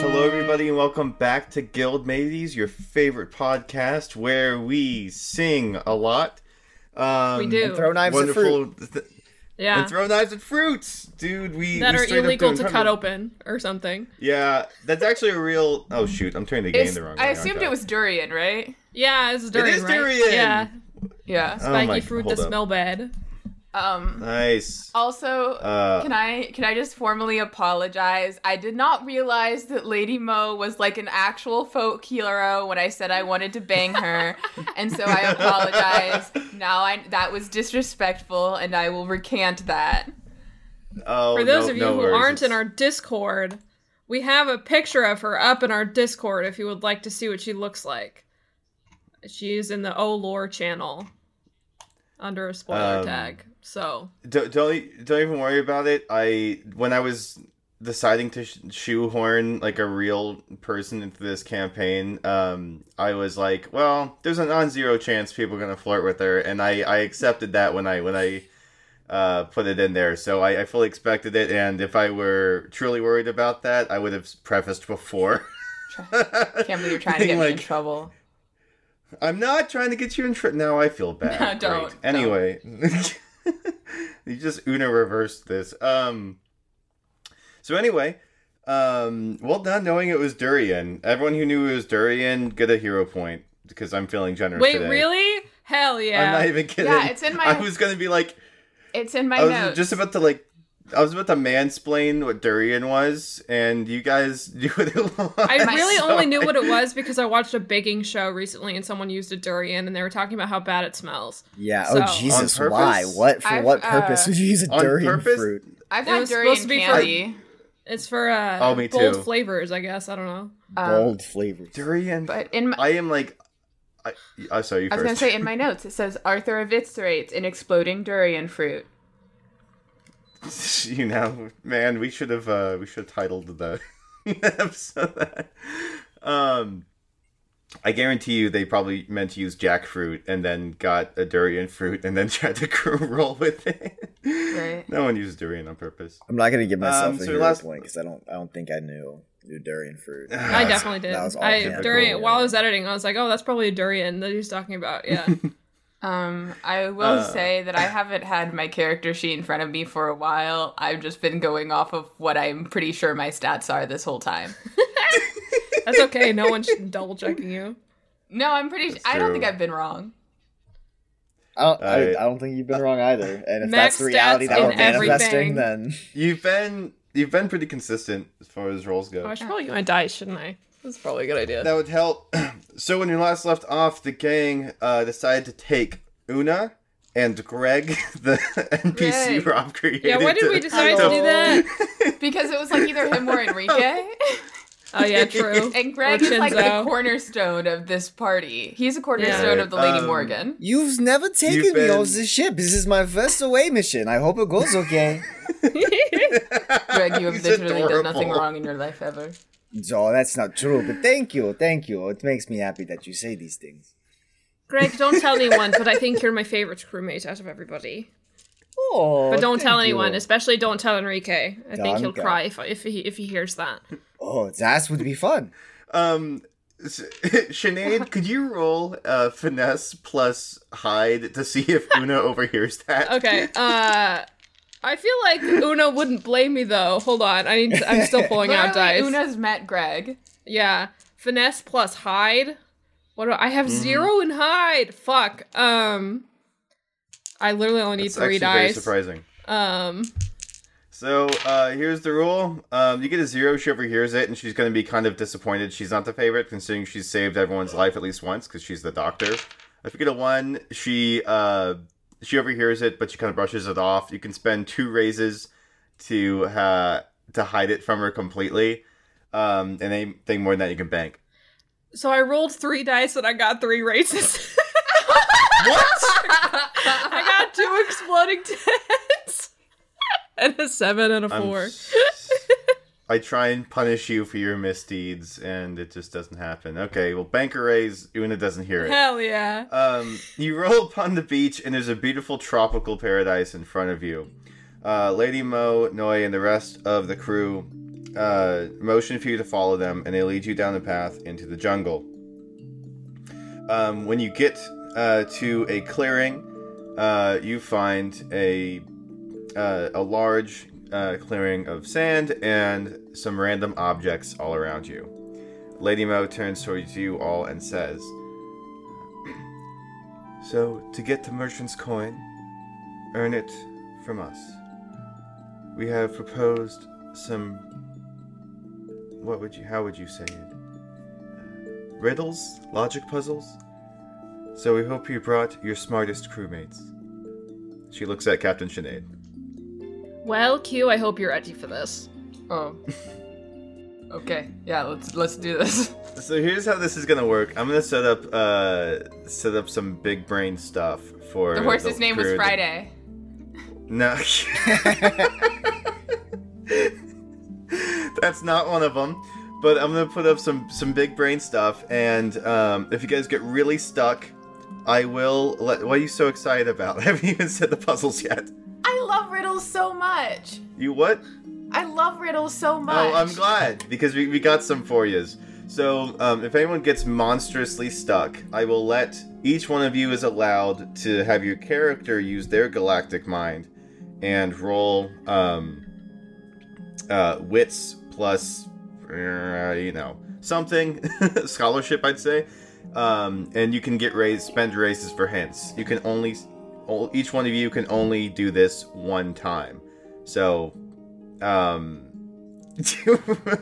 Hello, everybody, and welcome back to Guild Mateys, your favorite podcast where we sing a lot. Um, We do. Throw knives at fruit. wonderful. Th- Yeah. And throw knives and fruits, dude. We that we are straight up illegal doing to crime- cut open or something. Yeah, that's actually a real. Oh shoot, I'm turning the game It's- the wrong way. I aren't assumed it was durian, right? Yeah, it's durian. is right? durian! Yeah, Yeah. Oh spiky my- fruit hold that up. smell bad. Um. Nice. Also, Uh, can I can I just formally apologize? I did not realize that Lady Mo was like an actual folk hero when I said I wanted to bang her, and so I apologize. Now I that was disrespectful, and I will recant that. Oh, For those no- of you no who worries. aren't in It's- our Discord, we have a picture of her up in our Discord if you would like to see what she looks like. She is in the O Lore channel under a spoiler Um, tag. So don't don't don't even worry about it. I when I was deciding to sh- shoehorn like a real person into this campaign, um, I was like, well, there's a non-zero chance people are gonna flirt with her, and I I accepted that when I when I uh, put it in there. So I, I fully expected it, and if I were truly worried about that, I would have prefaced before. Can't believe you're trying to get Being me in like, trouble. I'm not trying to get you in trouble. Now I feel bad. No, don't, Great. don't. Anyway, you just Una reversed this. Um. So anyway, um, well done knowing it was durian. Everyone who knew it was durian get a hero point because I'm feeling generous. wait, today. really? Hell yeah! I'm not even kidding. Yeah, it's in my- I was gonna be like, It's in my I was notes. just about to like. I was about to mansplain what durian was, and you guys knew what it was. I really so only knew I- what it was because I watched a baking show recently and someone used a durian and they were talking about how bad it smells. Yeah. So- oh Jesus, On purpose? why? What for? I've, what uh, purpose would you use a on durian purpose? fruit? I've It had was durian supposed to be for- candy, It's for uh Oh, me bold too. flavors, I guess. I don't know. um, Bold flavors. durian. but in my, I am like, I, I saw you I was first. gonna say in my notes it says Arthur eviscerates an exploding durian fruit. you know, man, we should have uh, we should have titled the episode. that. Um, I guarantee you, they probably meant to use jackfruit and then got a durian fruit and then tried to roll with it. Right. No one used durian on purpose. I'm not gonna give myself Um, a so hero last- point because I don't. I don't think I knew knew durian fruit. I That's- definitely did. that was all I typical, during yeah. while I was editing, I was like, "Oh, that's probably a durian that he's talking about." Yeah, Um, I will Uh, say that I haven't had my character sheet in front of me for a while. I've just been going off of what I'm pretty sure my stats are this whole time. that's okay. No one's double checking you. No, I'm pretty. That's I don't think true. I've been wrong. I don't, I, Alright. I don't think you've been wrong either. And if Max that's the reality stats that we're in everything. manifesting, then You've been you've been pretty consistent as far as rolls go. Oh, I should probably get my dice, shouldn't I? That's probably a good idea. That would help. so when you last left off, the gang uh, decided to take Una and Greg, the NPC Greg. Rob created. Yeah, why did we decide to do that? because it was like either him or Enrique. Oh yeah, true. And Greg Or is like the Chinzo. cornerstone of this party. He's a cornerstone Yeah. of the Lady Um, Morgan. You've never taken You've me off been- this ship. This is my first away mission. I hope it goes okay. Greg, you have He's literally done nothing adorable. wrong in your life ever. no, that's not true. But thank you, thank you. It makes me happy that you say these things. Greg, don't tell anyone, but I think you're my favorite crewmate out of everybody. Oh, But don't thank tell you. anyone, especially don't tell Enrique. I think he'll Danke. cry if, if he if he hears that. Oh, that would be fun. Um, s- Sinead, could you roll uh, finesse plus hide to see if Una overhears that? Okay. Uh I feel like Una wouldn't blame me though. Hold on. I need to, I'm still pulling out dice. Literally, Una's met Greg. Yeah. Finesse plus hide. What do I have Mm-hmm. zero in hide. Fuck. Um I literally only need It's three actually Very dice. surprising. Um So uh, here's the rule: um, you get a zero. She overhears it, and she's going to be kind of disappointed. She's not the favorite, considering she's saved everyone's life at least once because she's the doctor. If you get a one, she uh, she overhears it, but she kind of brushes it off. You can spend two raises to uh, to hide it from her completely, um, and anything more than that you can bank. so I rolled three dice and I got three raises. I got two exploding tens. And a seven and a I'm 4 s- I try and punish you for your misdeeds, and it just doesn't happen. Okay, well, banker raise. Una doesn't hear it. Hell yeah. Um, you roll upon the beach, and there's a beautiful tropical paradise in front of you. Uh, Lady Mo, Noi, and the rest of the crew uh, motion for you to follow them, and they lead you down the path into the jungle. Um, when you get uh, to a clearing, uh, you find a uh, a large uh, clearing of sand and some random objects all around you. Lady Mo turns towards you all and says. So, to get the merchant's coin, earn it from us. We have proposed some. What would you. How would you say it? Uh, Riddles? Logic puzzles? So, we hope you brought your smartest crewmates. She looks at Captain Sinead. Well, Q, I hope you're ready for this. Oh. Okay. Yeah, let's let's do this. So here's how this is gonna work. I'm gonna set up uh set up some big brain stuff for The horse's name was crew that- Friday. No. That's not one of them. But I'm gonna put up some some big brain stuff, and um, if you guys get really stuck, I will. Let, what are you so excited about? I haven't even said the puzzles yet. I love riddles so much. You what? I love riddles so much. Oh, I'm glad because we, we got some for yous. So, um, if anyone gets monstrously stuck, I will let each one of you is allowed to have your character use their galactic mind and roll um, uh, wits plus, uh, you know, something scholarship, I'd say. Um, and you can get raised, spend raises for hints. You can only, all- each one of you can only do this one time. So, um,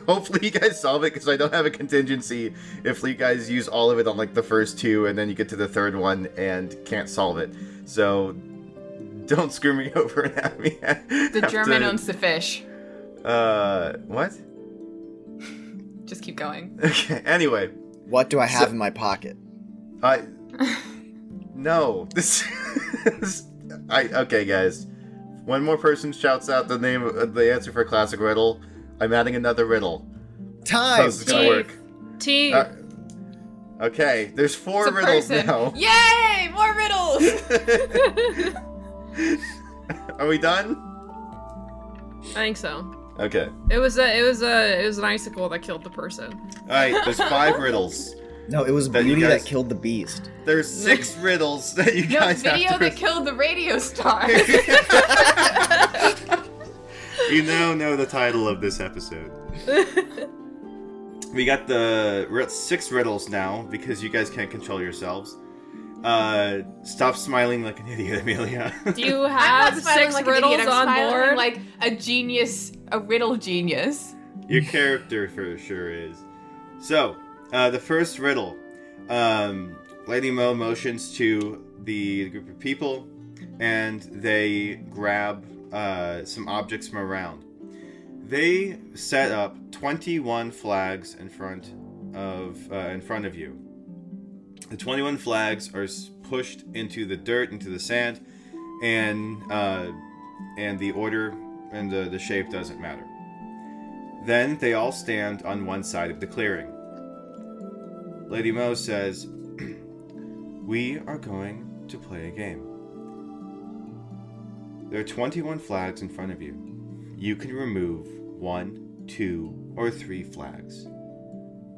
hopefully you guys solve it because I don't have a contingency if you guys use all of it on like the first two and then you get to the third one and can't solve it. So don't screw me over and have me. the German owns the fish. Uh, what? Just keep going. Okay. Anyway, What do I have in my pocket? I. No, this. this- I okay, guys. One more person shouts out the name, uh, the answer for classic riddle. I'm adding another riddle. Time. How's this gonna work? T. Uh, okay, there's four It's a riddles person. now. Yay! More riddles. Are we done? I think so. Okay. It was a, it was a, it was an icicle that killed the person. All right. There's five riddles. No, it was That you Beauty guys- that killed the beast. There's six riddles that you no guys video have to that killed the radio star. you now know the title of this episode. we got the we're at six riddles now because you guys can't control yourselves. Uh, stop smiling like an idiot, Amelia. Do you I'm have not smiling six like an idiot, riddles I'm on smiling board? like a genius, a riddle genius. Your character for sure is. So, uh, the first riddle. Um, Lady Mo motions to the group of people. and they grab uh, some objects from around. They set up 21 flags in front of uh, in front of you. The 21 flags are s- pushed into the dirt, into the sand, and uh, and the order and the, the shape doesn't matter. Then they all stand on one side of the clearing. Lady Mo says, We are going to play a game. There are 21 flags in front of you. You can remove one, two, or three flags.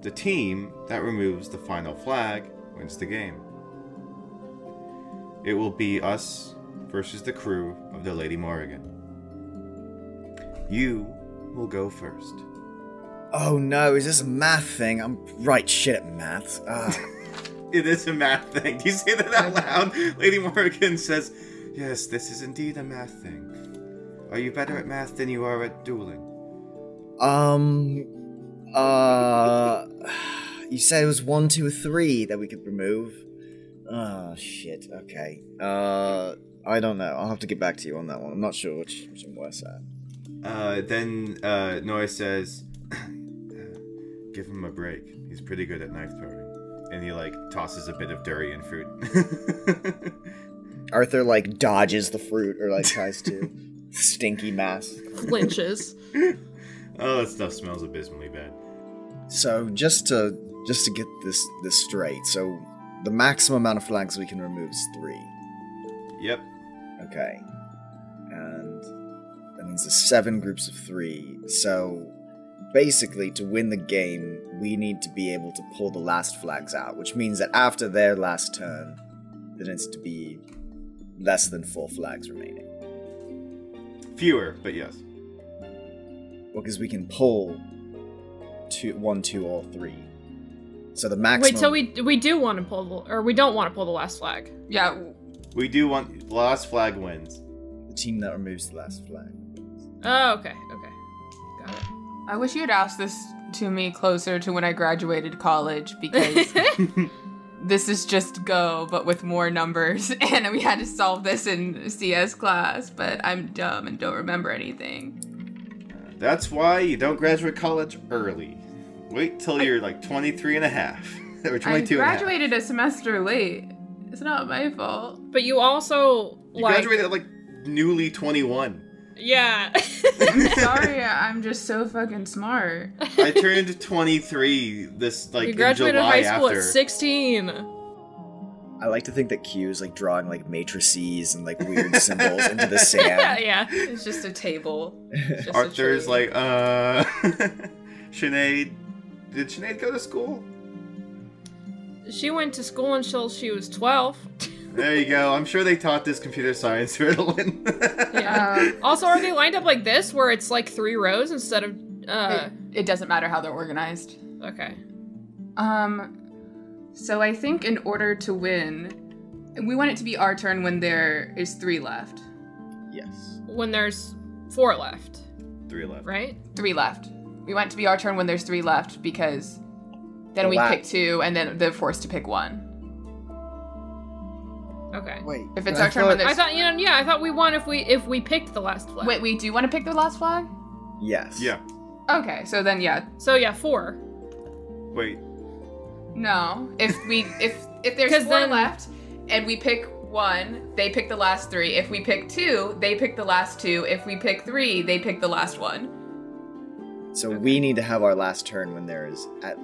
The team that removes the final flag wins the game. It will be us versus the crew of the Lady Morrigan. You will go first. Oh no, is this a math thing? I'm right shit at math. Ah. It is a math thing. Do you say that out loud? Lady Morgan says, Yes, this is indeed a math thing. Are you better at math than you are at dueling? um, uh, you said it was one, two, three that we could remove. Oh shit. Okay. Uh, I don't know. I'll have to get back to you on that one. I'm not sure which, which I'm worse at. Uh, then uh, Nora says, uh, Give him a break. He's pretty good at knife throwing. And he, like, tosses a bit of durian fruit. Arthur like dodges the fruit or like tries to. Stinky mass. Flinches. oh, that stuff smells abysmally bad. So just to just to get this this straight, so the maximum amount of flags we can remove is three. Yep. Okay. And that means there's seven groups of three. So basically, to win the game, we need to be able to pull the last flags out, which means that after their last turn, there needs to be less than four flags remaining. Fewer, but yes. Because we can pull two, one, two, or three. So the maximum. Wait, so we we do want to pull the or we don't want to pull the last flag. Yeah, w- We do want. Last flag wins. The team that removes the last flag. Oh, okay, okay, got it. I wish you had asked this to me closer to when I graduated college because this is just go, but with more numbers. And we had to solve this in CS class, but I'm dumb and don't remember anything. That's why you don't graduate college early. Wait till you're like 23 and a half. Or 22 I and a half. graduated a semester late. It's not my fault. But you also You like graduated like newly 21. yeah. Sorry, I'm just so fucking smart. I turned 23 this like you in graduated July high school after. at sixteen. I like to think that Q is like drawing like matrices and like weird symbols into the sand. yeah. It's just a table. It's just a Arthur's tree. like, uh, Sinead. Did Sinead go to school? She went to school until she was twelve. There you go. I'm sure they taught this computer science riddle. In. Yeah. also, are they lined up like this, where it's like three rows instead of? uh it, it doesn't matter how they're organized. Okay. Um, so I think in order to win, we want it to be our turn when there is three left. Yes. When there's four left, Three left. right? Three left. We want it to be our turn when there's three left because then we Wow. pick two and then they're forced to pick one. Okay. Wait. If it's but I our turn when thought- there's. I thought you know yeah I thought we won if we if we picked the last flag. Wait, we do want to pick the last flag? Yes. Yeah. Okay, so then yeah. So yeah, four. Wait. No. If we if if there's 'Cause four then- left and we pick one, they pick the last three. If we pick two, they pick the last two. If we pick three, they pick the last one. So we need to have our last turn when there is at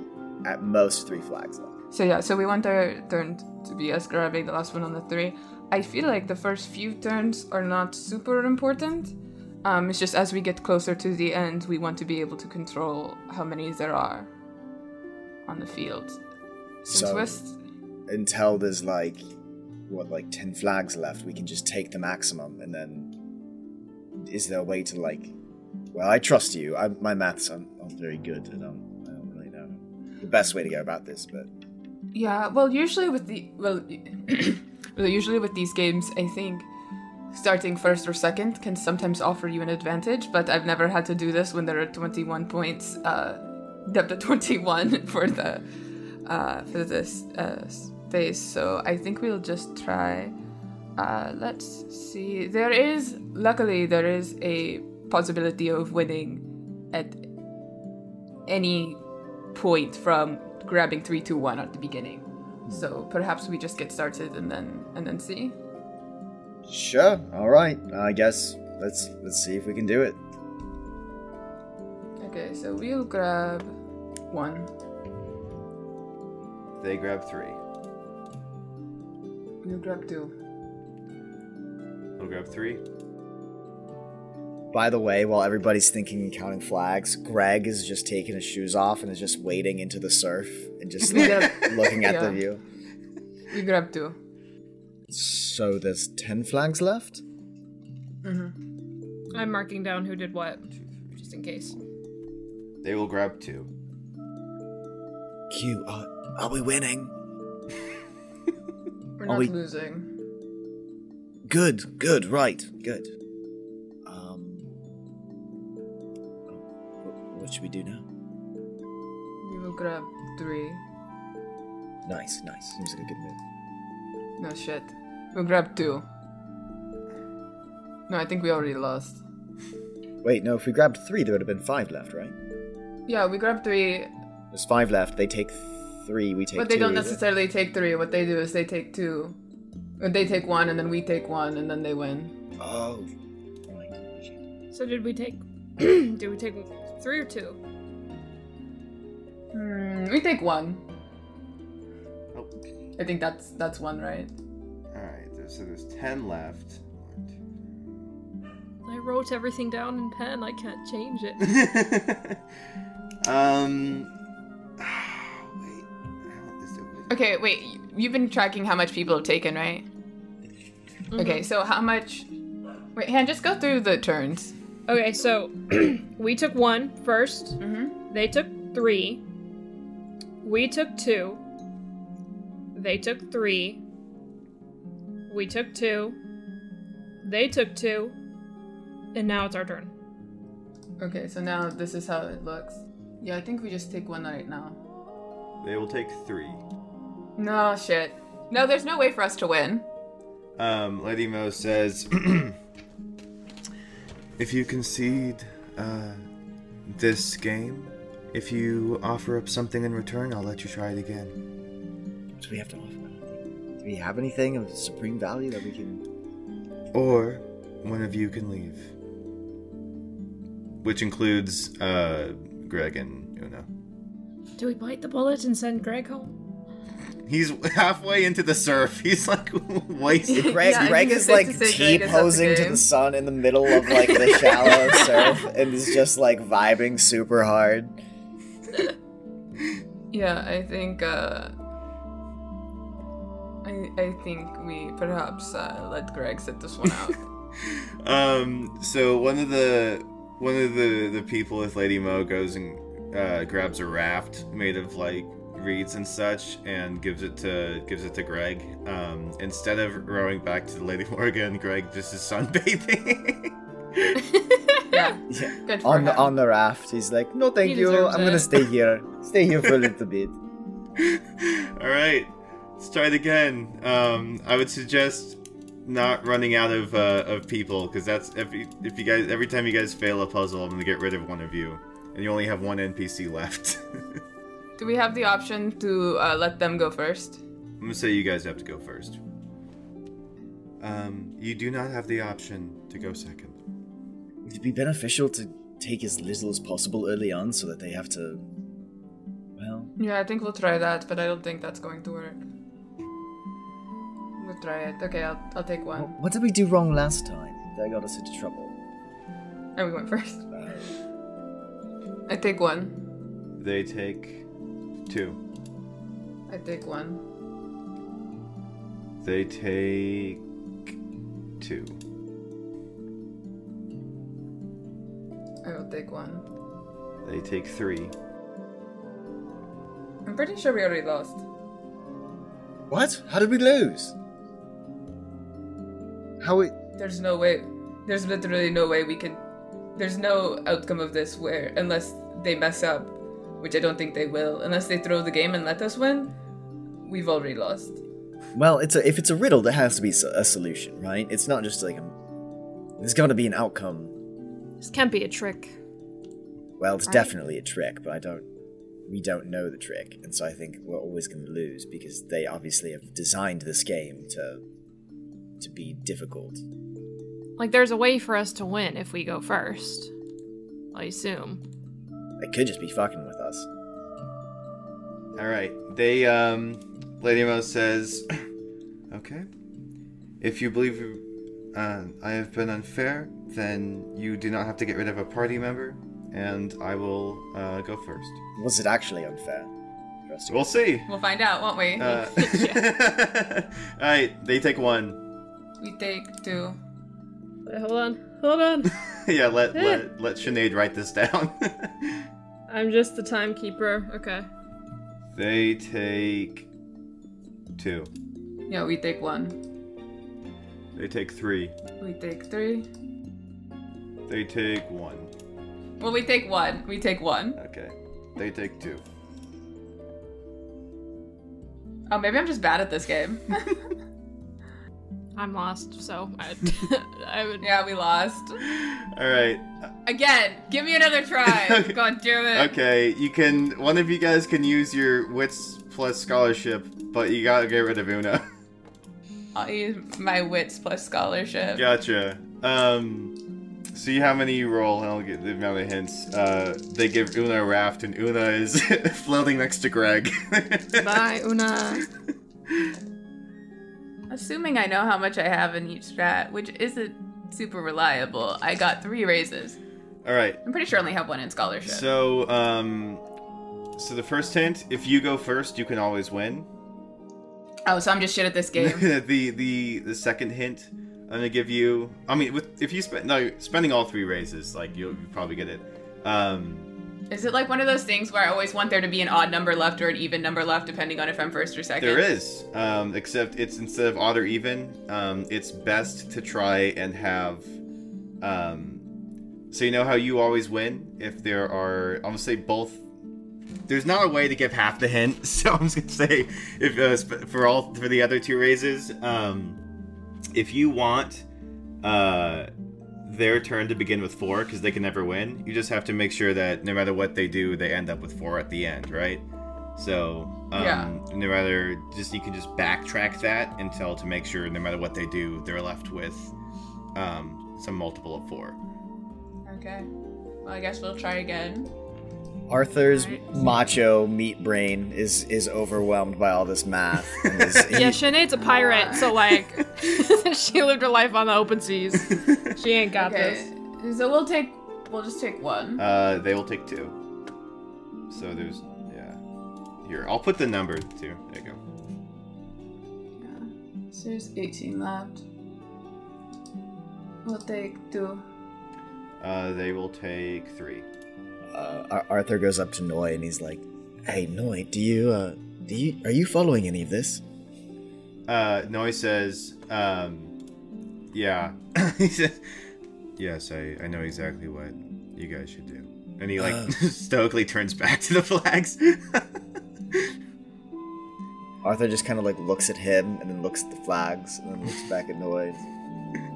at most three flags left. So yeah, so we want our turn to be us grabbing the last one on the three. I feel like the first few turns are not super important. Um, it's just as we get closer to the end, we want to be able to control how many there are on the field. Since So- we're s- Until there's like what like ten flags left, we can just take the maximum and then is there a way to like well, I trust you. I, my maths, I'm, I'm very good, and I'm, I don't really know the best way to go about this. But Yeah, well, usually with the well, well, usually with these games, I think starting first or second can sometimes offer you an advantage. But I've never had to do this when there are twenty-one points, uh, depth of twenty-one for the uh, for this uh, space. So I think we'll just try Uh, let's see. There is, luckily, there is a possibility of winning at any point from grabbing three, two, one at the beginning. So perhaps we just get started and then and then see. Sure. All right. I guess let's let's see if we can do it. Okay, so we'll grab one. They grab three. We'll grab two. I'll grab three. By the way, while everybody's thinking and counting flags, Greg is just taking his shoes off and is just wading into the surf and just We like, grab, looking at the Yeah. view. we grab two. So there's ten flags left. I'm marking down who did what, just in case. They will grab two. Q, are, are we winning? We're Are not we- losing. Good, good, right, good. Um, wh- what should we do now? We will grab three. Nice, nice. Seems like a good move. No shit. We'll grab two. No, I think we already lost. Wait, no. If we grabbed three, there would have been five left, right? Yeah, we grab three, There's five left. They take three. We take. but they two. don't necessarily take three. What they do is they take two. Or they take one, and then we take one, and then they win. Oh, right. shit. So did we take? did we take three or two? Hmm, we take one. Oh. I think that's that's one, right? Alright, there's- so there's ten left. One, two. I wrote everything down in pen. I can't change it. um. Wait. How is it? Okay, wait. y- You've been tracking how much people have taken, right? Okay, so how much? Wait, Han, just go through the turns. Okay, so we took one first. Mm-hmm. They took three. We took two. They took three. We took two. They took two. And now it's our turn. Okay, so now this is how it looks. Yeah, I think we just take one right now. They will take three. No shit. No, there's no way for us to win. Um, Lady Mo says, if you concede uh, this game, if you offer up something in return, I'll let you try it again. Do we have to offer? anything? Do we have anything of supreme value that we can? Or one of you can leave. Which includes uh, Greg and Una. Do we bite the bullet and send Greg home? He's halfway into the surf. He's like wasted. Greg, Yeah, I Greg think is it's safe like to say Greg T is up posing to game. the sun in the middle of like the shallow surf and is just like vibing super hard. Yeah, I think. uh... I, I think we perhaps uh, let Greg sit this one out. Um, so one of the one of the the people with Lady Mo goes and uh, grabs a raft made of like reeds and such and gives it to gives it to Greg. Um, instead of rowing back to Lady Morgan, Greg just is sunbathing. yeah, Yeah. good for On the him. on the raft, he's like, "No, thank you. deserves I'm it." gonna stay here. Stay here for a little bit." All right, let's try it again. Um, I would suggest not running out of uh, of people because that's if you, if you guys every time you guys fail a puzzle, I'm gonna get rid of one of you, and you only have one NPC left. Do we have the option to uh, let them go first? I'm gonna say you guys have to go first. Um, you do not have the option to go second. It'd be beneficial to take as little as possible early on, so that they have to. Well, Yeah, I think we'll try that, but I don't think that's going to work. We'll try it. Okay, I'll, I'll take wh- one. what did we do wrong last time? That got us into trouble. And we went first. Uh, I take one. They take two. I take one. They take two. I will take one. They take three. I'm pretty sure we already lost. What? How did we lose? How it? There's no way. There's literally no way we can. There's no outcome of this where, unless they mess up, which I don't think they will, unless they throw the game and let us win, we've already lost. Well, it's a, if it's a riddle, there has to be so- a solution, right? It's not just like a, there's got to be an outcome. This can't be a trick. Well, it's Right. definitely a trick, but I don't. We don't know the trick, and so I think we're always going to lose because they obviously have designed this game to to be difficult. Like, there's a way for us to win if we go first. I assume. They could just be fucking with us. All right. They, um, Lady Mouse says, okay. If you believe uh, I have been unfair, then you do not have to get rid of a party member, and I will uh, go first. Was it actually unfair? for us to- We'll see. We'll find out, won't we? Uh, all right. They take one. we take two. Wait, hold on. Hold on. yeah. Let let let Sinead write this down. I'm just the timekeeper. Okay. they take two. No, we take one. They take three. We take three. They take one. Well, we take one. We take one. Okay. They take two. Oh, maybe I'm just bad at this game. I'm lost, so I, I would. yeah, we lost. All right. Again, give me another try. Okay. God damn it. Okay, you can. One of you guys can use your wits plus scholarship, but you gotta get rid of Una. I'll use my wits plus scholarship. gotcha. Um, see how many you roll, and I'll get the amount of hints. Uh, they give Una a raft, and Una is floating next to Greg. Bye, Una. Assuming I know how much I have in each strat, which isn't super reliable, I got three raises. All right. I'm pretty sure I only have one in scholarship. So, um, so the first hint: if you go first, you can always win. oh, so I'm just shit at this game. the the the second hint I'm gonna give you. I mean, with if you spend no spending all three raises, like you'll, you'll probably get it. Um, is it like one of those things where I always want there to be an odd number left or an even number left, depending on if I'm first or second? there is, um, except it's instead of odd or even, um, it's best to try and have. Um, so you know how you always win if there are. I'm gonna say both. There's not a way to give half the hint, so I'm just gonna say if uh, sp- for all for the other two raises, um, if you want. Uh, their turn to begin with four because they can never win. You just have to make sure that no matter what they do, they end up with four at the end, right? So, um, Yeah. no matter just you can just backtrack that until to make sure no matter what they do, they're left with um, some multiple of four. Okay. Well, I guess we'll try again. Arthur's macho meat brain is is overwhelmed by all this math. And is, he- Yeah, Sinead's a pirate, so like, she lived her life on the open seas. She ain't got Okay. this. So we'll take. We'll just take one. Uh, they will take two. So there's yeah. Here, I'll put the number too. There you go. So there's 18 left. We'll take two. Uh, they will take three. uh, Ar- Arthur goes up to Noy and he's like, "Hey, Noy, do you uh, do you are you following any of this?" Uh, Noi says, um, yeah. he says, yes, I, I know exactly what you guys should do. And he, like, Uh. stoically turns back to the flags. Arthur just kind of like looks at him and then looks at the flags and then looks back at Noy. and is like,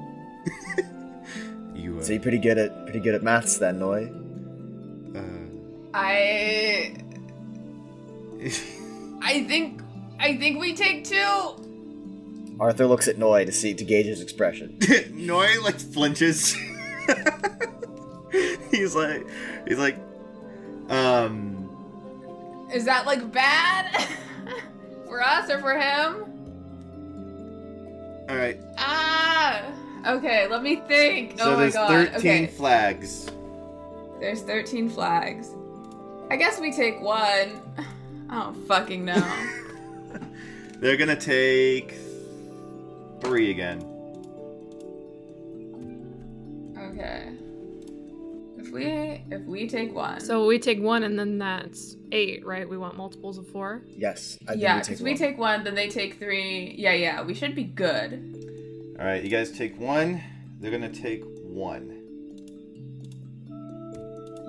"Mm." you, uh, So you're pretty good at pretty good at maths, then, Noy. uh, I. I think. I think we take two. Arthur looks at Noy to see to gauge his expression. Noi, like, flinches. he's like, he's like, um, Is that like bad? for us or for him? all right. Ah. Okay, let me think. So oh my there's god. 13 okay. flags. There's 13 flags. I guess we take one. I don't fucking know. They're gonna take three again. okay. If we if we take one. So we take one, and then that's eight, right? We want multiples of four. Yes, I think yeah, we because take we one. take one, then they take three. Yeah, yeah, we should be good. All right, you guys take one. They're gonna take one.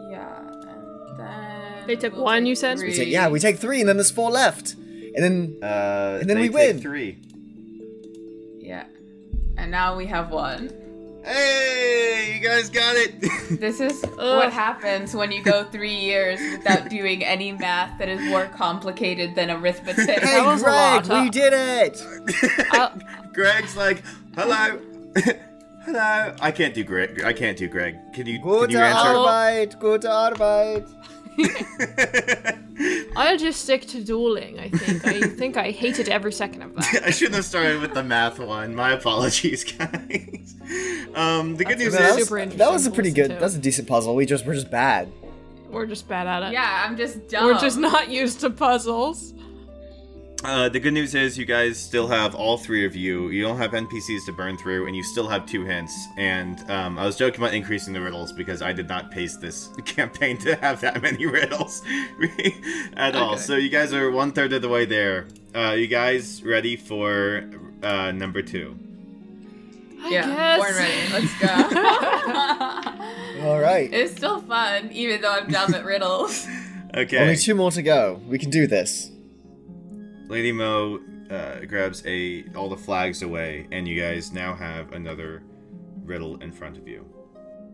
Yeah, and then They took one, you said? We take- yeah, we take three, and then there's four left, and then Uh, And then they we take win. Three. now we have one. Hey, you guys got it. This is Ugh. what happens when you go three years without doing any math that is more complicated than arithmetic. Hey, was a Greg, lot. we did it! I'll, Greg's like, hello, hello. I can't do Greg. I can't do Greg. Can you? Can Gute you answer? Arbeit, gute Arbeit. I'll just stick to dueling. I think. I think I hated every second of that. I shouldn't have started with the math one. My apologies, guys. Um, the good news that, is, super was, interesting that was a to pretty listen good, to. that was a decent puzzle. We just, we're just bad. We're just bad at it. yeah, I'm just dumb. We're just not used to puzzles. uh, the good news is, you guys still have all three of you. You don't have NPCs to burn through, and you still have two hints. And um, I was joking about increasing the riddles because I did not pace this campaign to have that many riddles at all. So you guys are one third of the way there. Uh, you guys ready for uh, number two? I Yeah, born ready. guess. Let's go. All right. it's still fun, even though I'm dumb at riddles. Okay. Only two more to go. We can do this. Lady Mo uh, grabs a all the flags away, and you guys now have another riddle in front of you.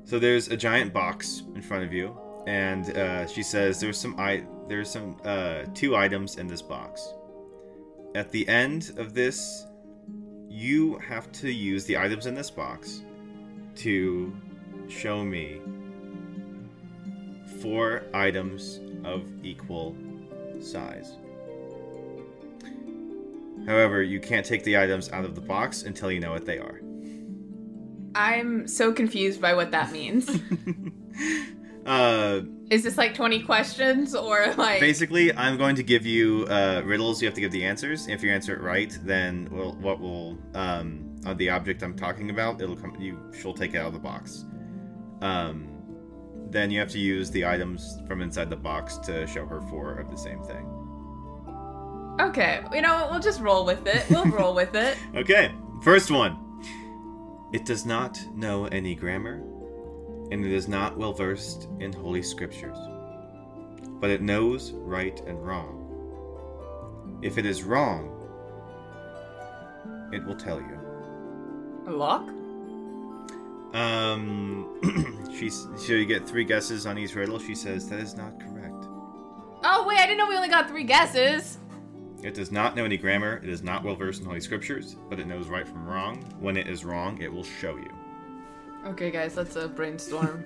So there's a giant box in front of you, and uh, she says there's some I there's some uh, two items in this box. At the end of this, you have to use the items in this box to show me four items of equal size. However, you can't take the items out of the box until you know what they are. I'm so confused by what that means. Uh, Is this like 20 questions or like? basically, I'm going to give you uh, riddles. You have to give the answers. If you answer it right, then we'll, what will um, uh, the object I'm talking about? It'll come. You she'll take it out of the box. Um, then you have to use the items from inside the box to show her four of the same thing. Okay, you know what? We'll just roll with it. We'll roll with it. Okay, first one. It does not know any grammar, and it is not well versed in holy scriptures, but it knows right and wrong. If it is wrong, it will tell you. Lock? Um, she's so you get three guesses on each riddle. She says that is not correct. Oh wait, I didn't know we only got three guesses. It does not know any grammar. It is not well versed in holy scriptures, but it knows right from wrong. When it is wrong, it will show you. Okay, guys, let's uh, brainstorm.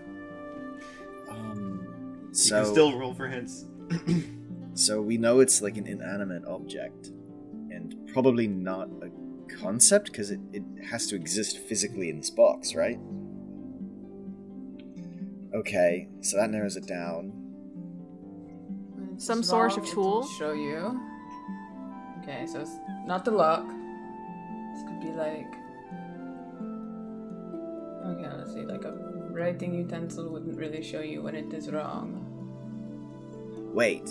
Um, You so, can still roll for hints. so we know it's like an inanimate object, and probably not a concept because it, it has to exist physically in this box, right? Okay, so that narrows it down. Some sort of Small, tool. it'll Show you. Okay, so it's not the lock. This could be like. Okay, let's see. Like a writing utensil wouldn't really show you when it is wrong. Wait,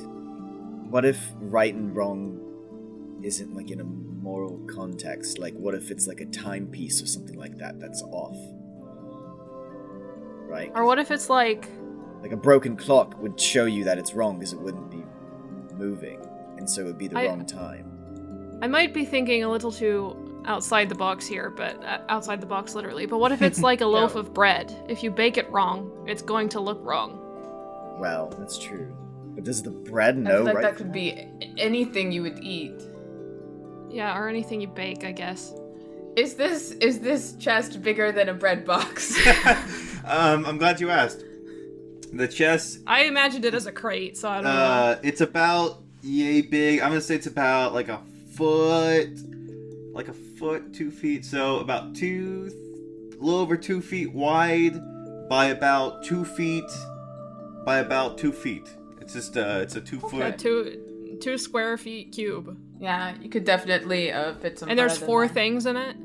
what if right and wrong isn't like in a moral context? Like, what if it's like a timepiece or something like that that's off? Right? Or what if it's like Like a broken clock would show you that it's wrong because it wouldn't be moving, and so it would be the I- wrong time. I might be thinking a little too outside the box here, but uh, outside the box literally. But what if it's like a loaf of bread? If you bake it wrong, it's going to look wrong. Well, that's true. But does the bread I know feel like right? that could be a- anything you would eat. Yeah, or anything you bake, I guess. Is this is this chest bigger than a bread box? um, I'm glad you asked. The chest, I imagined it as a crate, so I don't know. uh, it's about yay big. I'm gonna say it's about like a foot, like a foot, two feet. So about two, a little over two feet wide, by about two feet, by about two feet. It's just uh, it's a two A foot. two two square feet cube, yeah, you could definitely uh, fit some. and there's bread in four there. things in it.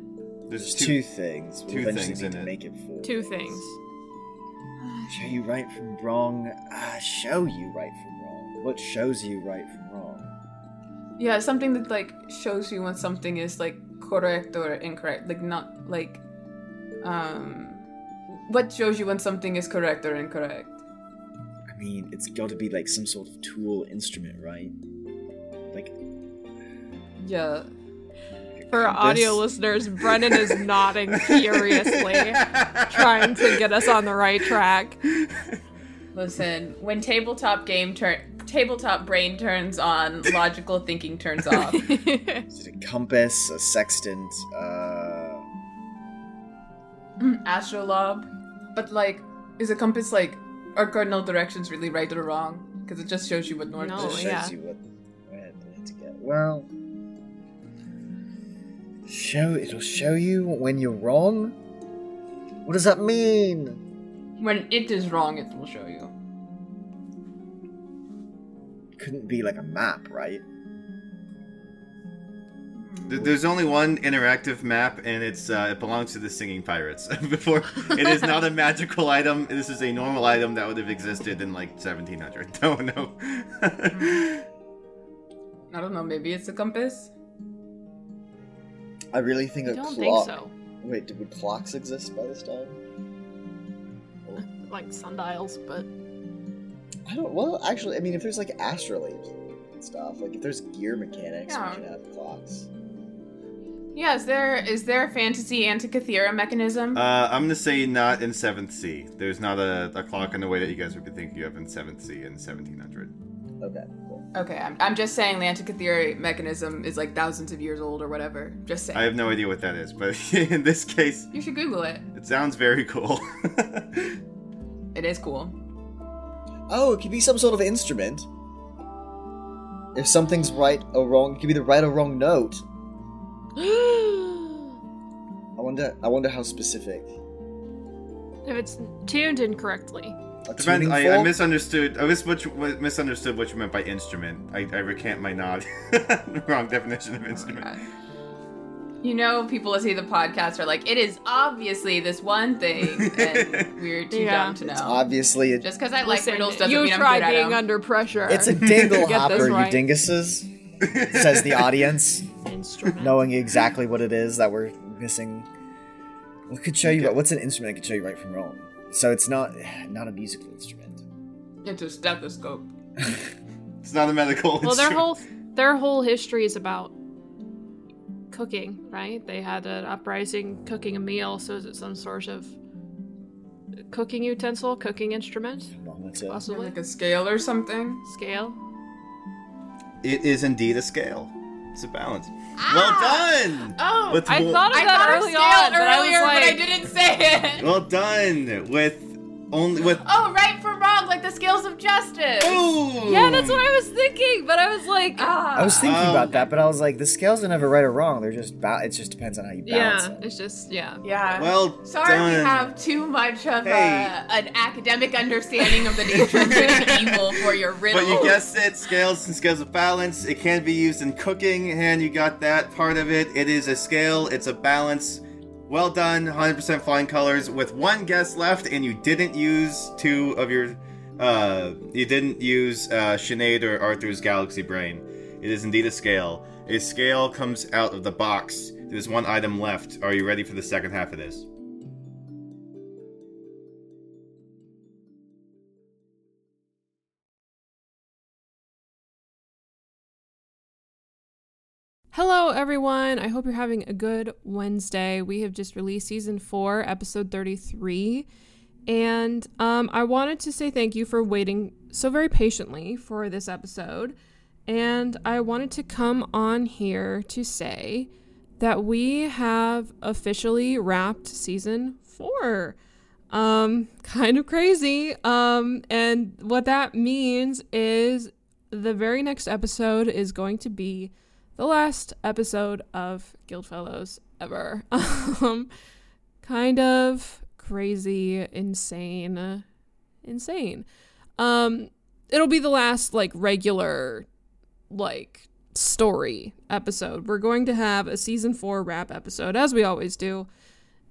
There's There's two, two. things. We'll two eventually things need in to it. make it four. Two things. Show you right from wrong. Ah, show you right from wrong. What shows you right from wrong? Yeah, something that like shows you when something is like correct or incorrect. Like not like um what shows you when something is correct or incorrect. I mean, it's got to be like some sort of tool instrument, right? Like Yeah. a For audio listeners, Brennan is nodding furiously, trying to get us on the right track. Listen, when tabletop game turn tabletop brain turns on, logical thinking turns off. Is it a compass, a sextant? Uh, Astrolabe. But like, is a compass like are cardinal directions really right or wrong? Because it just shows you what north No, just is. shows yeah. you what where to go. Well, show it'll show you when you're wrong. What does that mean? When it is wrong, it will show you. Couldn't be like a map, right? Th- There's only one interactive map, and it's uh, it belongs to the singing pirates. Before it is not a magical item. This is a normal item that would have existed in like 1700. No, no. I don't know. Maybe it's a compass. I really think I a don't think clock. so. Wait, did would clocks exist by this time? Like sundials, but I don't. Well, actually, I mean, if there's like astrolabes and stuff, like if there's gear mechanics, Yeah. we should have clocks. Yeah. Is there is there a fantasy Antikythera mechanism? uh, I'm gonna say not in Seventh C. There's not a, a clock in the way that you guys would be thinking of in Seventh C in 1700. Okay, cool. okay. I'm, I'm just saying the Antikythera mechanism is like thousands of years old or whatever. Just saying. I have no idea what that is, but in this case, You should Google it. it sounds very cool. It is cool. Oh, it could be some sort of instrument. If something's right or wrong, it could be the right or wrong note. I wonder. I wonder how specific. if it's tuned incorrectly, A Depends. tuning I, I fork? misunderstood. I mis- what you- what- misunderstood what you meant by instrument. I, I recant my nod. Wrong definition of instrument. God. You know, people that see the podcast are like, it is obviously this one thing, and we're too Yeah. dumb to know. It's obviously a, Just because I like Listen, riddles doesn't you mean I'm try good at being them. under pressure. it's a dingle this hopper, right. you dinguses. Says the audience, instrument. knowing exactly what it is that we're missing. What could show you? What's an instrument that could show you right from wrong? So it's not not a musical instrument. It's a stethoscope. It's not a medical well, their instrument. whole their whole history is about cooking, right? They had an uprising, cooking a meal. So is it some sort of cooking utensil, cooking instrument, Thermometer. possibly Like a scale or something. scale? It is indeed a scale. It's a balance. Well done. Oh, With Ah! I wo- thought of I that thought of early scale on, but I was earlier, but I, like, didn't say it. Well done with only with. Oh, right for wrong, like the scales of Boom! justice. Oh, yeah, that's what I was thinking. But I was like, Ah. I was thinking Um, about that, but I was like, the scales are never right or wrong. They're just ba- it just depends on how you balance yeah, it. it's just yeah. yeah. Well Sorry, done. we have too much of uh, Hey. an academic understanding of the nature of good and evil for your riddle. But you guessed it. Scales and scales of balance. It can be used in cooking, and you got that part of it. It is a scale. It's a balance. Well done. 100% flying colors with one guess left, and you didn't use two of your. Uh, you didn't use uh, Sinead or Arthur's galaxy brain. It is indeed a scale. A scale comes out of the box. There's one item left. Are you ready for the second half of this? Hello, everyone. I hope you're having a good Wednesday. We have just released season four, episode 33. And um, I wanted to say thank you for waiting so very patiently for this episode. And I wanted to come on here to say that we have officially wrapped season four. Um, kind of crazy. Um, and what that means is the very next episode is going to be the last episode of Guildfellows ever. um, kind of crazy, insane, insane. Um, it'll be the last like regular like story episode. We're going to have a season 4 wrap episode as we always do.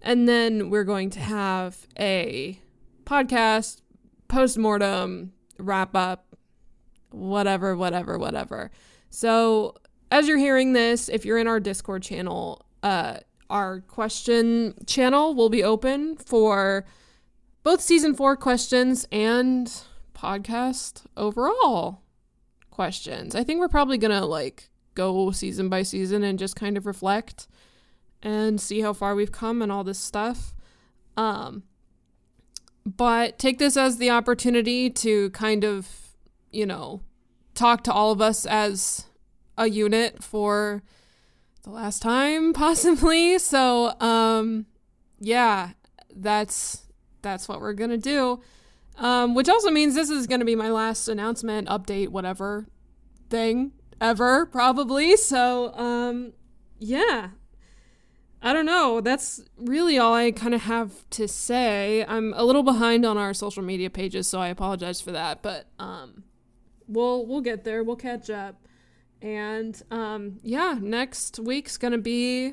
And then we're going to have a podcast post-mortem wrap up whatever whatever whatever. So, as you're hearing this, if you're in our Discord channel, uh our question channel will be open for both season 4 questions and podcast overall questions. I think we're probably gonna like go season by season and just kind of reflect and see how far we've come and all this stuff. Um, but take this as the opportunity to kind of, you know, talk to all of us as a unit for the last time possibly. So, um yeah, that's that's what we're going to do. Um which also means this is going to be my last announcement, update, whatever thing ever probably. So, um yeah, I don't know. That's really all I kind of have to say. I'm a little behind on our social media pages, so I apologize for that. But um, we'll we'll get there. We'll catch up. And um, yeah, next week's gonna be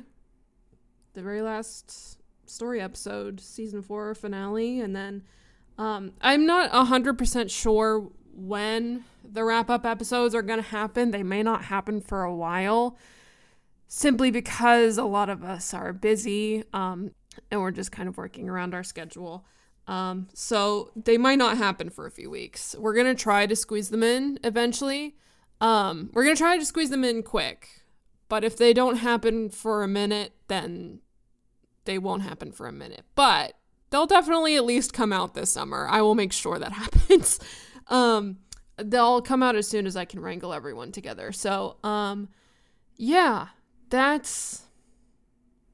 the very last story episode, season four finale, and then um, I'm not hundred percent sure when the wrap up episodes are gonna happen. They may not happen for a while simply because a lot of us are busy um, and we're just kind of working around our schedule. Um, so they might not happen for a few weeks. We're going to try to squeeze them in eventually. Um, we're going to try to squeeze them in quick. But if they don't happen for a minute, then they won't happen for a minute. But they'll definitely at least come out this summer. I will make sure that happens. um, they'll come out as soon as I can wrangle everyone together. So, um, yeah, that's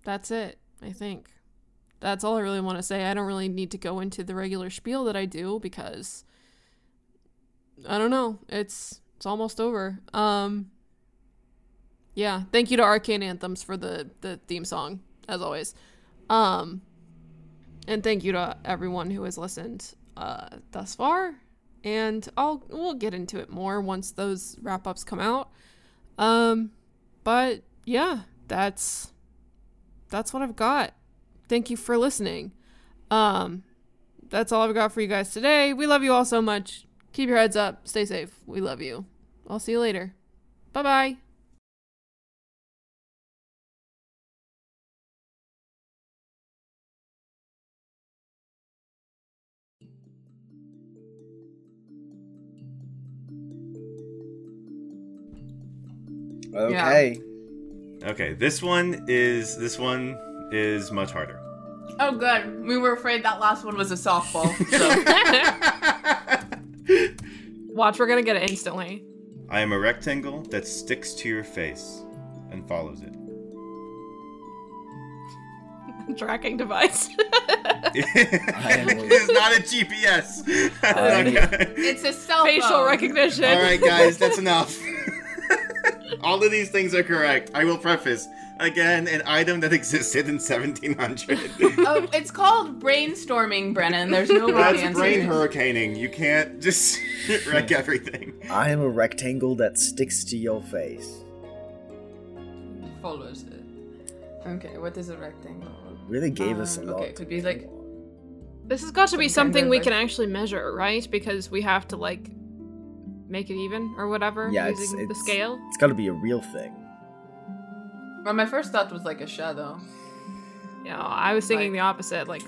that's it i think that's all i really want to say i don't really need to go into the regular spiel that i do because i don't know it's it's almost over um yeah thank you to arcane anthems for the the theme song as always um and thank you to everyone who has listened uh thus far and i'll we'll get into it more once those wrap ups come out um but yeah, that's that's what I've got. Thank you for listening. Um that's all I've got for you guys today. We love you all so much. Keep your heads up. Stay safe. We love you. I'll see you later. Bye-bye. Okay. Okay, this one is this one is much harder. Oh, good. We were afraid that last one was a softball. So. Watch, we're gonna get it instantly. I am a rectangle that sticks to your face and follows it. Tracking device. it's not a GPS. Okay. it's a cell Facial phone. recognition. All right, guys, that's enough. All of these things are correct. I will preface again an item that existed in 1700. Oh, it's called brainstorming, Brennan. There's no wrong That's answer. brain hurricaning. You can't just wreck everything. I am a rectangle that sticks to your face. Follows it. Okay, what is a rectangle? Really gave us a Um, lot. okay, it could be like- This has got to be Some kind something of, we like- can actually measure, right? Because we have to like make it even or whatever Yeah, it's- using the it's- scale. It's got to be a real thing. Well, my first thought was like a shadow. Yeah, I was thinking the Like- opposite, like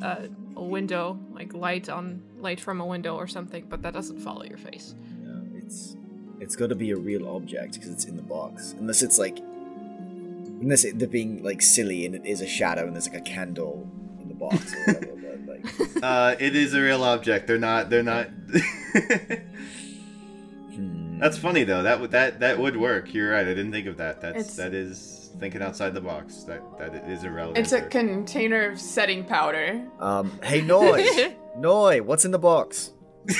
a, a window, like light on light from a window or something, but that doesn't follow your face. Yeah, it's it's got to be a real object because it's in the box. Unless it's like, unless it, they're being like silly and it is a shadow and there's like a candle in the box. or whatever, but, like, Uh, it is a real object. They're not. They're not. hmm. That's funny though. That would that that would work. You're right. I didn't think of that. That's It's- that is thinking outside the box. That that is irrelevant. It's a container of setting powder. Um, hey Noi, Noi, what's in the box? he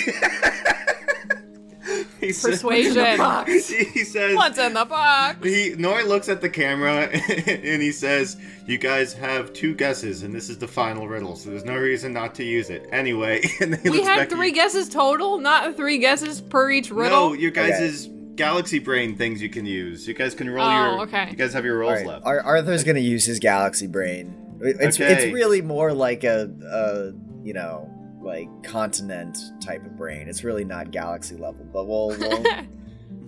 says- Persuasion. he says. What's in the box? He Nor looks at the camera and he says, "You guys have two guesses, and this is the final riddle. So there's no reason not to use it anyway." And then he We looks had back at three you. guesses total, not three guesses per each riddle. No, your guys' is galaxy brain things you can use. You guys can roll Oh, your. okay. You guys have your All rolls right, left. Ar- Arthur's gonna use his galaxy brain. It- It's Okay. it's really more like a, a you know like continent type of brain. It's really not galaxy level, but we'll, we'll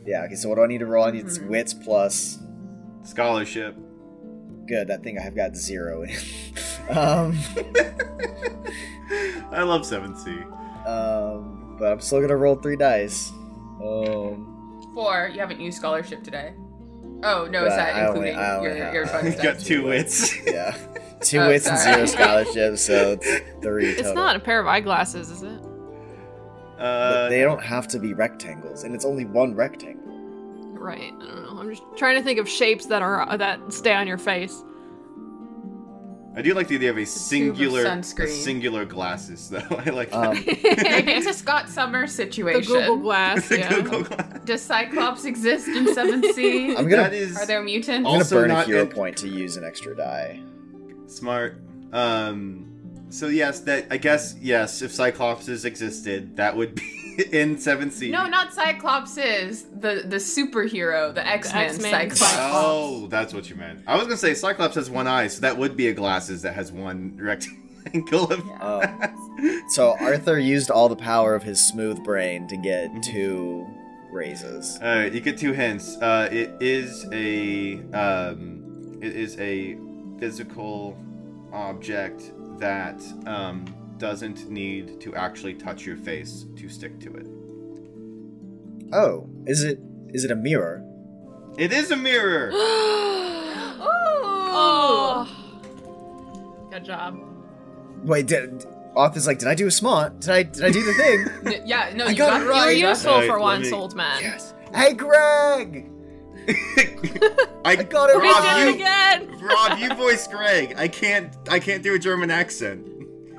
yeah. Okay, so what do I need to roll? I need it's Mm-hmm. wits plus. Scholarship. Good, I think I've got zero. in. um, I love 7C. um, but I'm still gonna roll three dice. Um, Four. You haven't used scholarship today. Oh no, is But I that only- including I only your have- your bug I He's stats? got two wits. Yeah. two Oh, wits and sorry. zero scholarships, so it's three It's total. not a pair of eyeglasses, is it? But Uh, they don't have to be rectangles, and it's only one rectangle. Right. I don't know. I'm just trying to think of shapes that are uh, that stay on your face. I do like the idea of a singular a sunscreen. singular glasses though. I like that. Um, Maybe it's the a Scott Summer situation. Google Glass. The Yeah. Google Glass. Does Cyclops exist in 7C? I'm gonna- That is Are there mutants? I'm gonna Also burn a not hero in- point to use an extra die. smart. Um, so yes, that I guess yes, if Cyclopses existed, that would be in Seven C. No, not Cyclopses. The the superhero, the X Men X-Men. Cyclops. Oh, that's what you meant. I was gonna say Cyclops has one eye, so that would be a glasses that has one rectangle of. Um, so Arthur used all the power of his smooth brain to Mhm. get two raises. All right, you get two hints. Uh, it is a um, it is a physical object that um, doesn't need to actually touch your face to stick to it. Oh, is it is it a mirror? It is a mirror. Ooh. Oh. Good job. Wait, did Arthur's like, did I do a smart? Did I did I do the thing? N- yeah, no, I you got got it it right. you were useful Alright, for let once, me- old man. yes. Hey, Greg. I got it We Rob, did you- it again. Rob, you voice Greg. I can't. I can't do a German accent.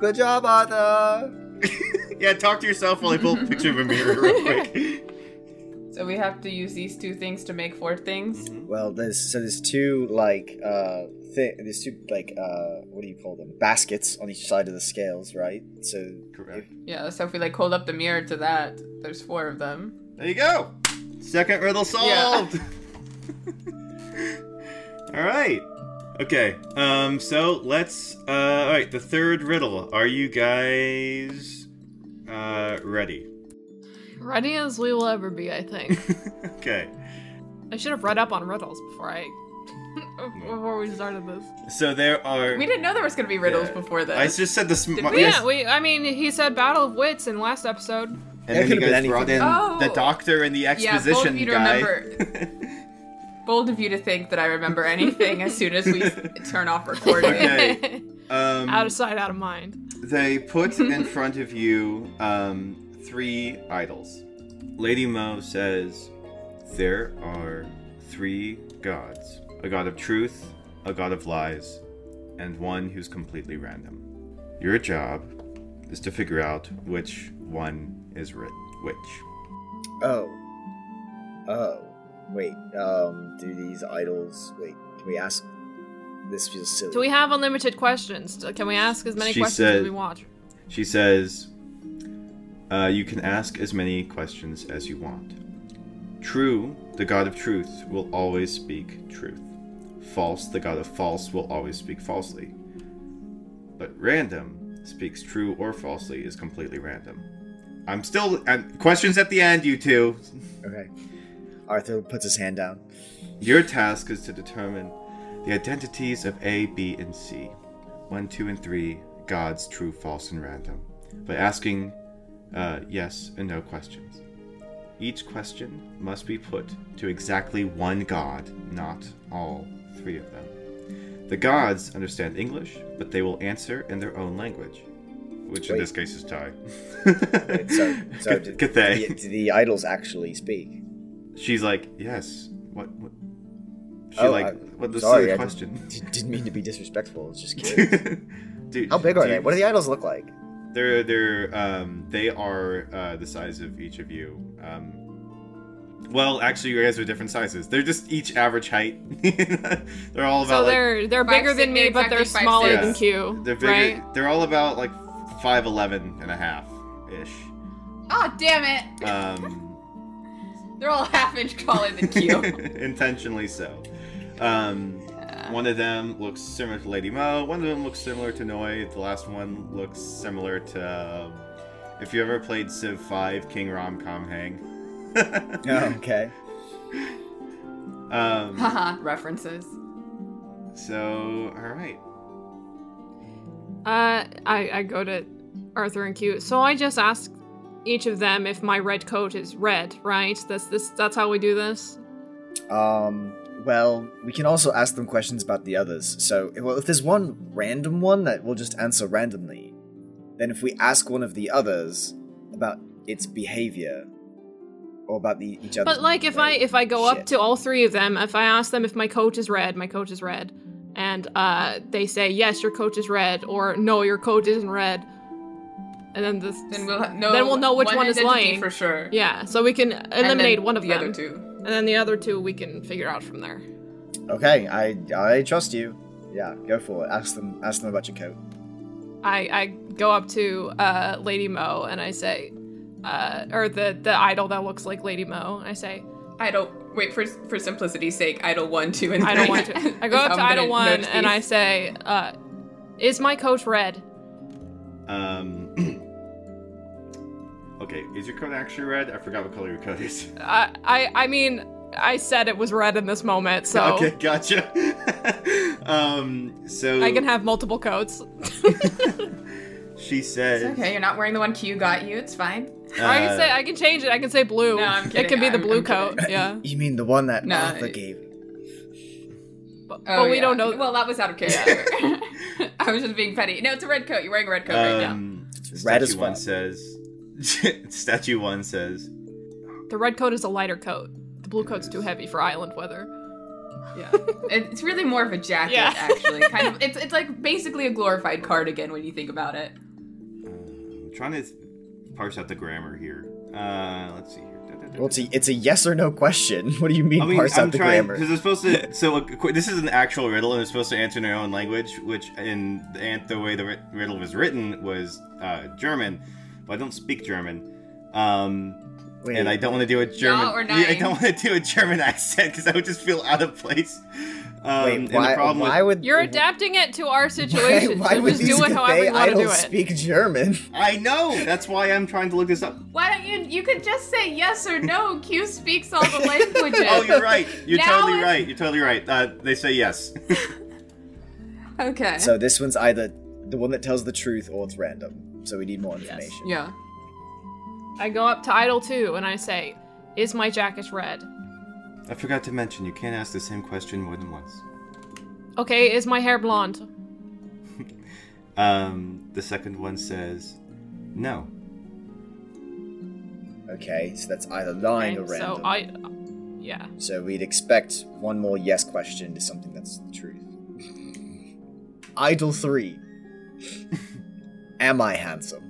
Good job, Arthur. Yeah, talk to yourself while I pull a picture of a mirror real quick. So we have to use these two things to make four things. Well, there's so there's two like uh thi- there's two like uh what do you call them baskets on each side of the scales, right? So Correct. Yeah, so if we like hold up the mirror to that, there's four of them. There you go. Second riddle solved. all right. Okay. Um. So let's. Uh. All right. The third riddle. Are you guys uh ready? Ready as we will ever be, I think. Okay. I should have read up on riddles before I before we started this. So there are. We didn't know there was gonna be riddles Yeah. before this. I just said the sm- Did we? yes, Yeah, we. uh, I mean, he said battle of wits in last episode. and That then you could've been guys brought in anything. the Oh. doctor and the yeah, bold exposition of you to guy. remember. bold of you to think that I remember anything as soon as we turn off recording. Okay. Um, Out of sight, out of mind. They put in front of you um, three idols. Lady Mo says, There are three gods a god of truth, a god of lies, and one who's completely random. Your job is to figure out which one is ri- which. Oh. Oh. Wait, um, do these idols. Wait, can we ask? This feels silly. Do we have unlimited questions? Can we ask as many She questions said- as we want? She says, uh, You can ask as many questions as you want. True, the God of truth, will always speak truth. False, the God of false, will always speak falsely. But random speaks true or falsely is completely random. I'm still. i questions at the end, you two. Okay. Arthur puts his hand down. Your task is to determine the identities of A, B, and C. 1, 2, and 3, God's true, false, and random, by asking uh, yes and no questions. Each question must be put to exactly one God, not all three of them. The gods understand English, but they will answer in their own language, which in Wait. this case is Thai. Wait, so, so Get- did, get they. did- did the idols actually speak? She's like, yes. What? what? She Oh, like, I- what the sorry, silly I- question? D- didn't mean to be disrespectful, I was just curious. Dude, How big are do they? you- What do the idols look like? They're they're um they are uh, the size of each of you. Um, well, actually, you guys are different sizes. They're just each average height. they're all about So like they're they're Five, bigger than six, me, but exactly they're five, smaller six. than Q. they're bigger. right? They're all about like 5'11 and a half ish. oh damn it! Um, They're all half inch taller than Q. intentionally so. Um, one of them looks similar to Lady Mo. One of them looks similar to Noi. The last one looks similar to um, if you ever played Civ 5 King Rom Com Hang. Oh, okay. Um, Haha, references. so, all right. Uh, I I go to Arthur and Q. So I just ask each of them if my red coat is red, right? That's this. That's how we do this. Um, Well, we can also ask them questions about the others. So, well, if there's one random one that we'll just answer randomly, then if we ask one of the others about its behavior or about the each other. But like if I if I go up to all three of them, if I ask them if my coat is red, my coat is red, and uh, they say yes, your coat is red, or no, your coat isn't red, and then the Then we'll ha- know. Then we'll know which one is identity lying. for sure. yeah, so we can And then eliminate one of the them, other two. and then the other two we can figure out from there. Okay, I I trust you. Yeah, go for it. Ask them ask them about your coat. I, I go up to uh, Lady Mo and I say, uh, or the, the idol that looks like Lady Mo. I say, I don't wait for for simplicity's sake. Idol one, two, and I three. don't want to. I go Is up how to I'm idol gonna one notice and I these. say, uh, "Is my coat red?" Um. okay, is your coat actually red? I forgot what color your coat is. I I, I mean, I said it was red in this moment, so Okay, gotcha. um. So I can have multiple coats. she It's says. okay, you're not wearing the one Q got you. It's fine. I uh, can say I can change it. I can say blue. No, I'm it can kidding. be the I'm- blue I'm coat. kidding. Yeah, You mean the one that No, Arthur it- gave me? but, Oh, but we yeah. don't know. Well, that was out of character. I was just being petty. No, it's a red coat. You're wearing a red coat right now. um, red as Statue one fuck. says. statue one says. the red coat is a lighter coat. The blue coat's too heavy for island weather. Yeah, It- it's really more of a jacket, Yeah. actually. Kind of, it's it's like basically a glorified cardigan when you think about it. uh, I'm trying to parse out the grammar here. Uh, let's see here. Da, da, da, da, Well, it's a, da. it's a yes or no question. What do you mean, parse out the grammar? Because they're supposed to. So a qu- this is an actual riddle, and they're supposed to answer in their own language, which in the, and the way the ri- riddle was written was uh, German, but I don't speak German, um, Wait, and I don't want to do a German. or yeah, I nein. don't want to do a German accent because I would just feel out of place. Um, wait, and why, the problem why with, would You're adapting it to our situation. Why, why so would just these do it however you Cathay want to do idols it. speak German? I know that's why I'm trying to look this up. Why don't you? You could just say yes or no. Q speaks all the languages. Oh, you're right. You're Now totally it's- right. You're totally right. Uh, they say yes. Okay. So this one's either the one that tells the truth or it's random. So we need more information. yeah. I go up to idol two and I say, "Is my jacket red?" I forgot to mention you can't ask the same question more than once. Okay, is my hair blonde? Um, the second one says, "No." Okay, so that's either lying or Okay, random. so I, yeah. So we'd expect one more yes question to something that's the truth. Idol three. Am I handsome?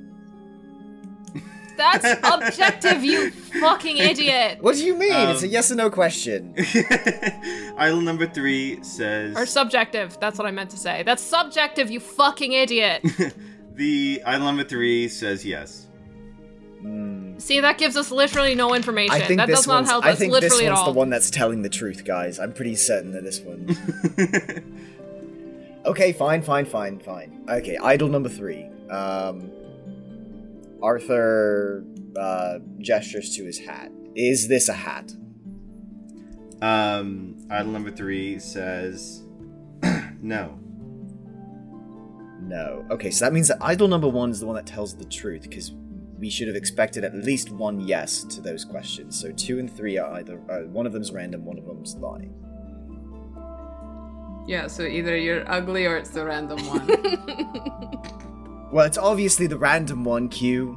That's objective, you fucking idiot. What do you mean? it's a Um, yes or no question. Idol number three says, Or subjective. That's what I meant to say. That's subjective, you fucking idiot. "The idol number three says yes." See, that gives us literally no information. Hmm, I think that this does not one's, help I us think literally this one's at all. the one that's telling the truth, guys. I'm pretty certain that this one. okay, fine, fine, fine, fine. Okay, idol number three. Um, Arthur uh, gestures to his hat. Is this a hat? Um, idol number three says, "No." No. Okay, so that means that idol number one is the one that tells the truth, because we should have expected at least one yes to those questions. So two and three are either uh, one of them's random, one of them's lying. Yeah. So either you're ugly or it's the random one. Well, it's obviously the random one, Q.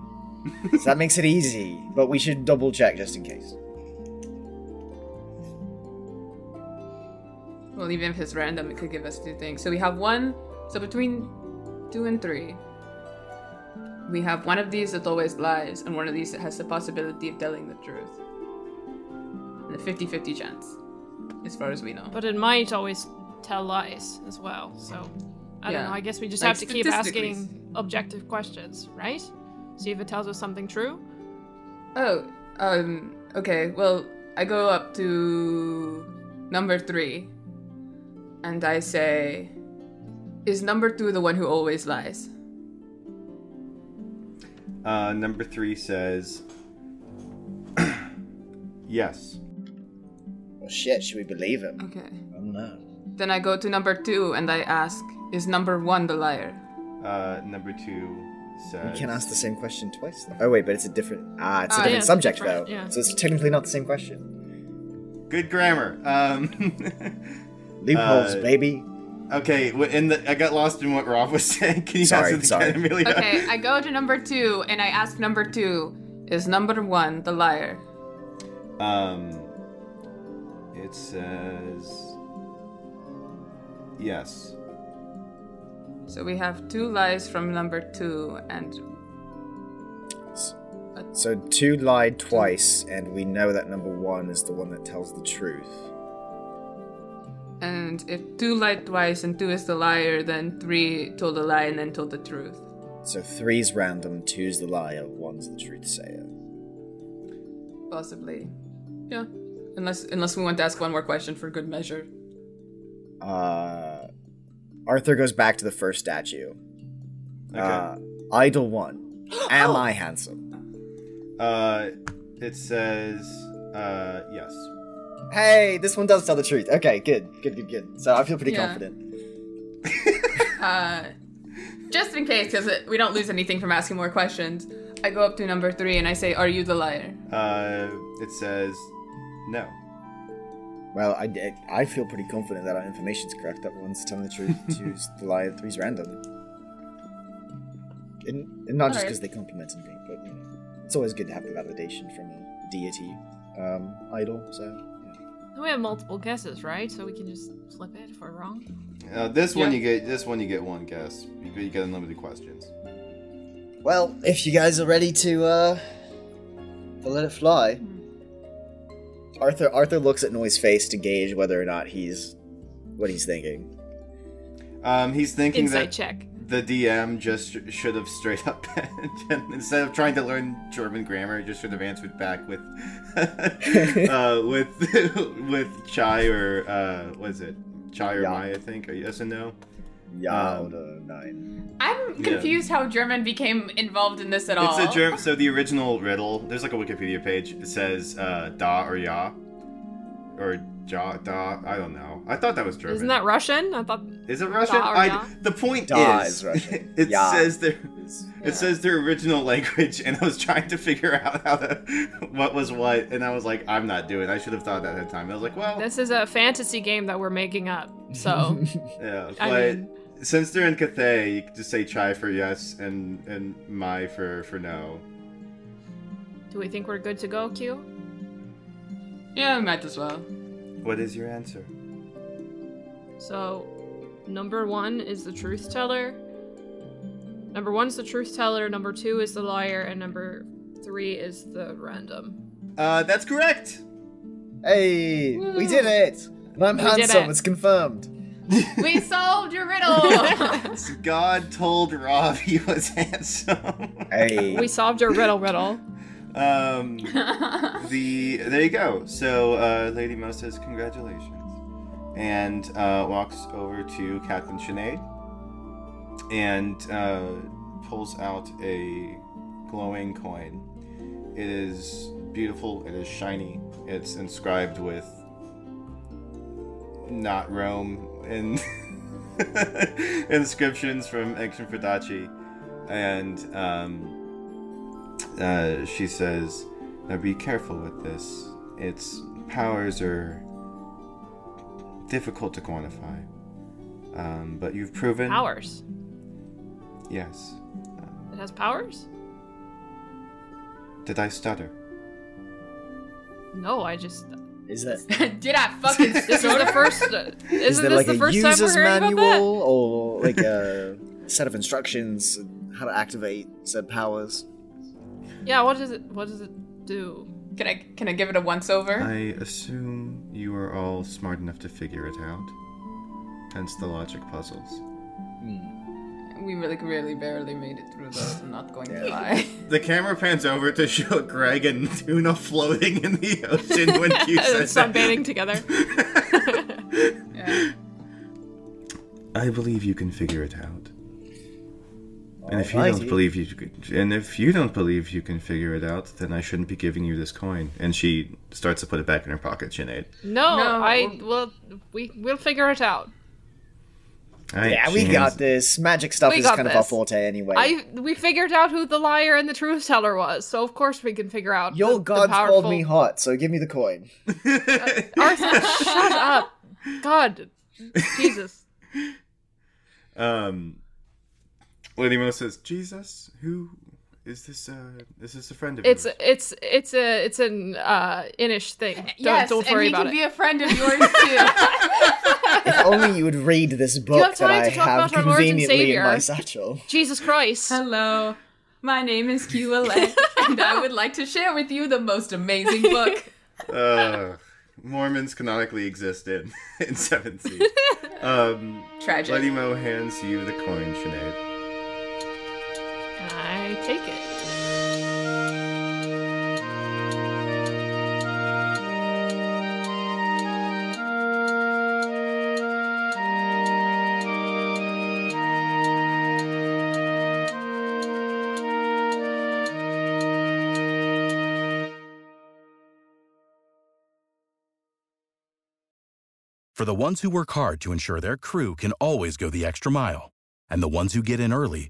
so that makes it easy, but we should double check just in case. well, even if it's random, it could give us two things. So we have one. So between two and three, we have one of these that always lies, and one of these that has the possibility of telling the truth. And a 50-50 chance, as far as we know. but it might always tell lies as well. So I Yeah. don't know. I guess we just Like, have to keep statistically. asking objective questions, right? See if it tells us something true. Oh, um, okay. Well, I go up to number three and I say, Is number two the one who always lies? Uh, number three says, "Yes." Well, shit, should we believe him? Okay. Oh no. Then I go to number two and I ask, Is number one the liar? Uh, number two says, We can ask the same question twice. Though. Oh wait, but it's a different ah, it's a Ah, different yeah, subject different, though. yeah. So it's technically not the same question. Good grammar. Um, Loopholes, Uh, baby. okay, wh- and the, I got lost in what Rob was saying. Can you Sorry, ask it sorry. again, Amelia? Okay, I go to number two and I ask number two, is number one the liar? Um, it says yes. So we have two lies from number two and So two lied twice, and we know that number one is the one that tells the truth. and if two lied twice and two is the liar, then three told a lie and then told the truth. So three's random, two's the liar, one's the truth sayer. Possibly. Yeah. Unless unless we want to ask one more question for good measure. Uh, Arthur goes back to the first statue. Okay. Uh, idol one. Am I handsome? Uh, it says uh yes. Hey, this one does tell the truth. Okay, good, good, good, good. So I feel pretty Yeah. confident. Uh, just in case, because we don't lose anything from asking more questions, I go up to number three and I say, "Are you the liar?" Uh, it says no. Well, I, I feel pretty confident that our information's correct. That one's telling the truth, two's the liar, three's random. And, and not just 'cause Alright. just because they complimented me, but you know, it's always good to have the validation from a deity um, idol. So yeah. We have multiple guesses, right? So we can just flip it if we're wrong. Uh, this one Yeah. you get. This one you get one guess. You, you get unlimited questions. Well, if you guys are ready to uh to let it fly. Hmm. Arthur Arthur looks at Noy's face to gauge whether or not he's what he's thinking. Um, he's thinking Insight that check. the DM just sh- should have straight up instead of trying to learn German grammar, just should have answered back with uh, with with chai or uh, what is it? Chai or Yeah. mai? I think. Or yes and no. Yeah, Um, nine. I'm Yeah. confused how German became involved in this at all. It's a German. So the original riddle. There's like a Wikipedia page. It says uh, da or ya, or ja da. I don't know. I thought that was German. Isn't that Russian? I thought. Is it Russian? Da or I, ya? The point Da is, is Russian. it Ya. says their it says their original language, and I was trying to figure out how to what was what, and I was like, I'm not doing. it. I should have thought that ahead of time. I was like, well, This is a fantasy game that we're making up. So yeah, but. I mean- since they're in Cathay, you could just say chai for yes and and mai for for no. do we think we're good to go, Q? Yeah, might as well. What is your answer? So number one is the truth teller. Number one is the truth teller. Number two is the liar, and number three is the random. Uh, that's correct. Hey, we did it! And I'm We did handsome, it. it's confirmed. we solved your riddle. God told Rob he was handsome. Hey. We solved your riddle riddle. um, the there you go. So uh, Lady Mo says congratulations, and uh, walks over to Captain Sinead and uh, pulls out a glowing coin. It is beautiful. It is shiny. It's inscribed with not Rome and inscriptions from Action Fadachi. And um, uh, she says, Now be careful with this. Its powers are difficult to quantify. Um, but you've proven. Powers. Yes. It has powers. Did I stutter? No, I just. Is that Did I fucking This is the stutter? first. uh, Isn't is there this like the a first time we're user's hearing manual about that? or like a set of instructions on how to activate said powers? Yeah, what does it what does it do? Can I can I give it a once over? I assume you are all smart enough to figure it out. Hence the logic puzzles. We really really barely made it through this. I'm not going to lie. The camera pans over to show Greg and Tuna floating in the ocean when Q says that. Sunbathing together. I believe you can figure it out. And if you Alrighty. don't believe you could- and if you don't believe you can figure it out, then I shouldn't be giving you this coin. And she starts to put it back in her pocket, Sinead. No, No, I will we we'll figure it out. Alright, Yeah, we she got hands- this. Magic stuff We is got kind of our this. forte anyway. I we figured out who the liar and the truth teller was, so of course we can figure out. Your the, the gods powerful... called me hot, so give me the coin. Arson, shut up! God, Jesus. Um, Lady Mo says, "Jesus, who is this? Uh, is this a friend of It's yours?" it's it's a it's an uh Inish thing. Don't, yes, don't worry and he about can it. be a friend of yours too. If only you would read this book have that time I to talk have about our Lord and conveniently in my Savior? satchel. Jesus Christ! Hello, my name is QLA, and I would like to share with you the most amazing book. uh, Mormons canonically existed in seventh C. um, Tragic. Lady Mo hands you the coin, Sinead. I take it. For the ones who work hard to ensure their crew can always go the extra mile, and the ones who get in early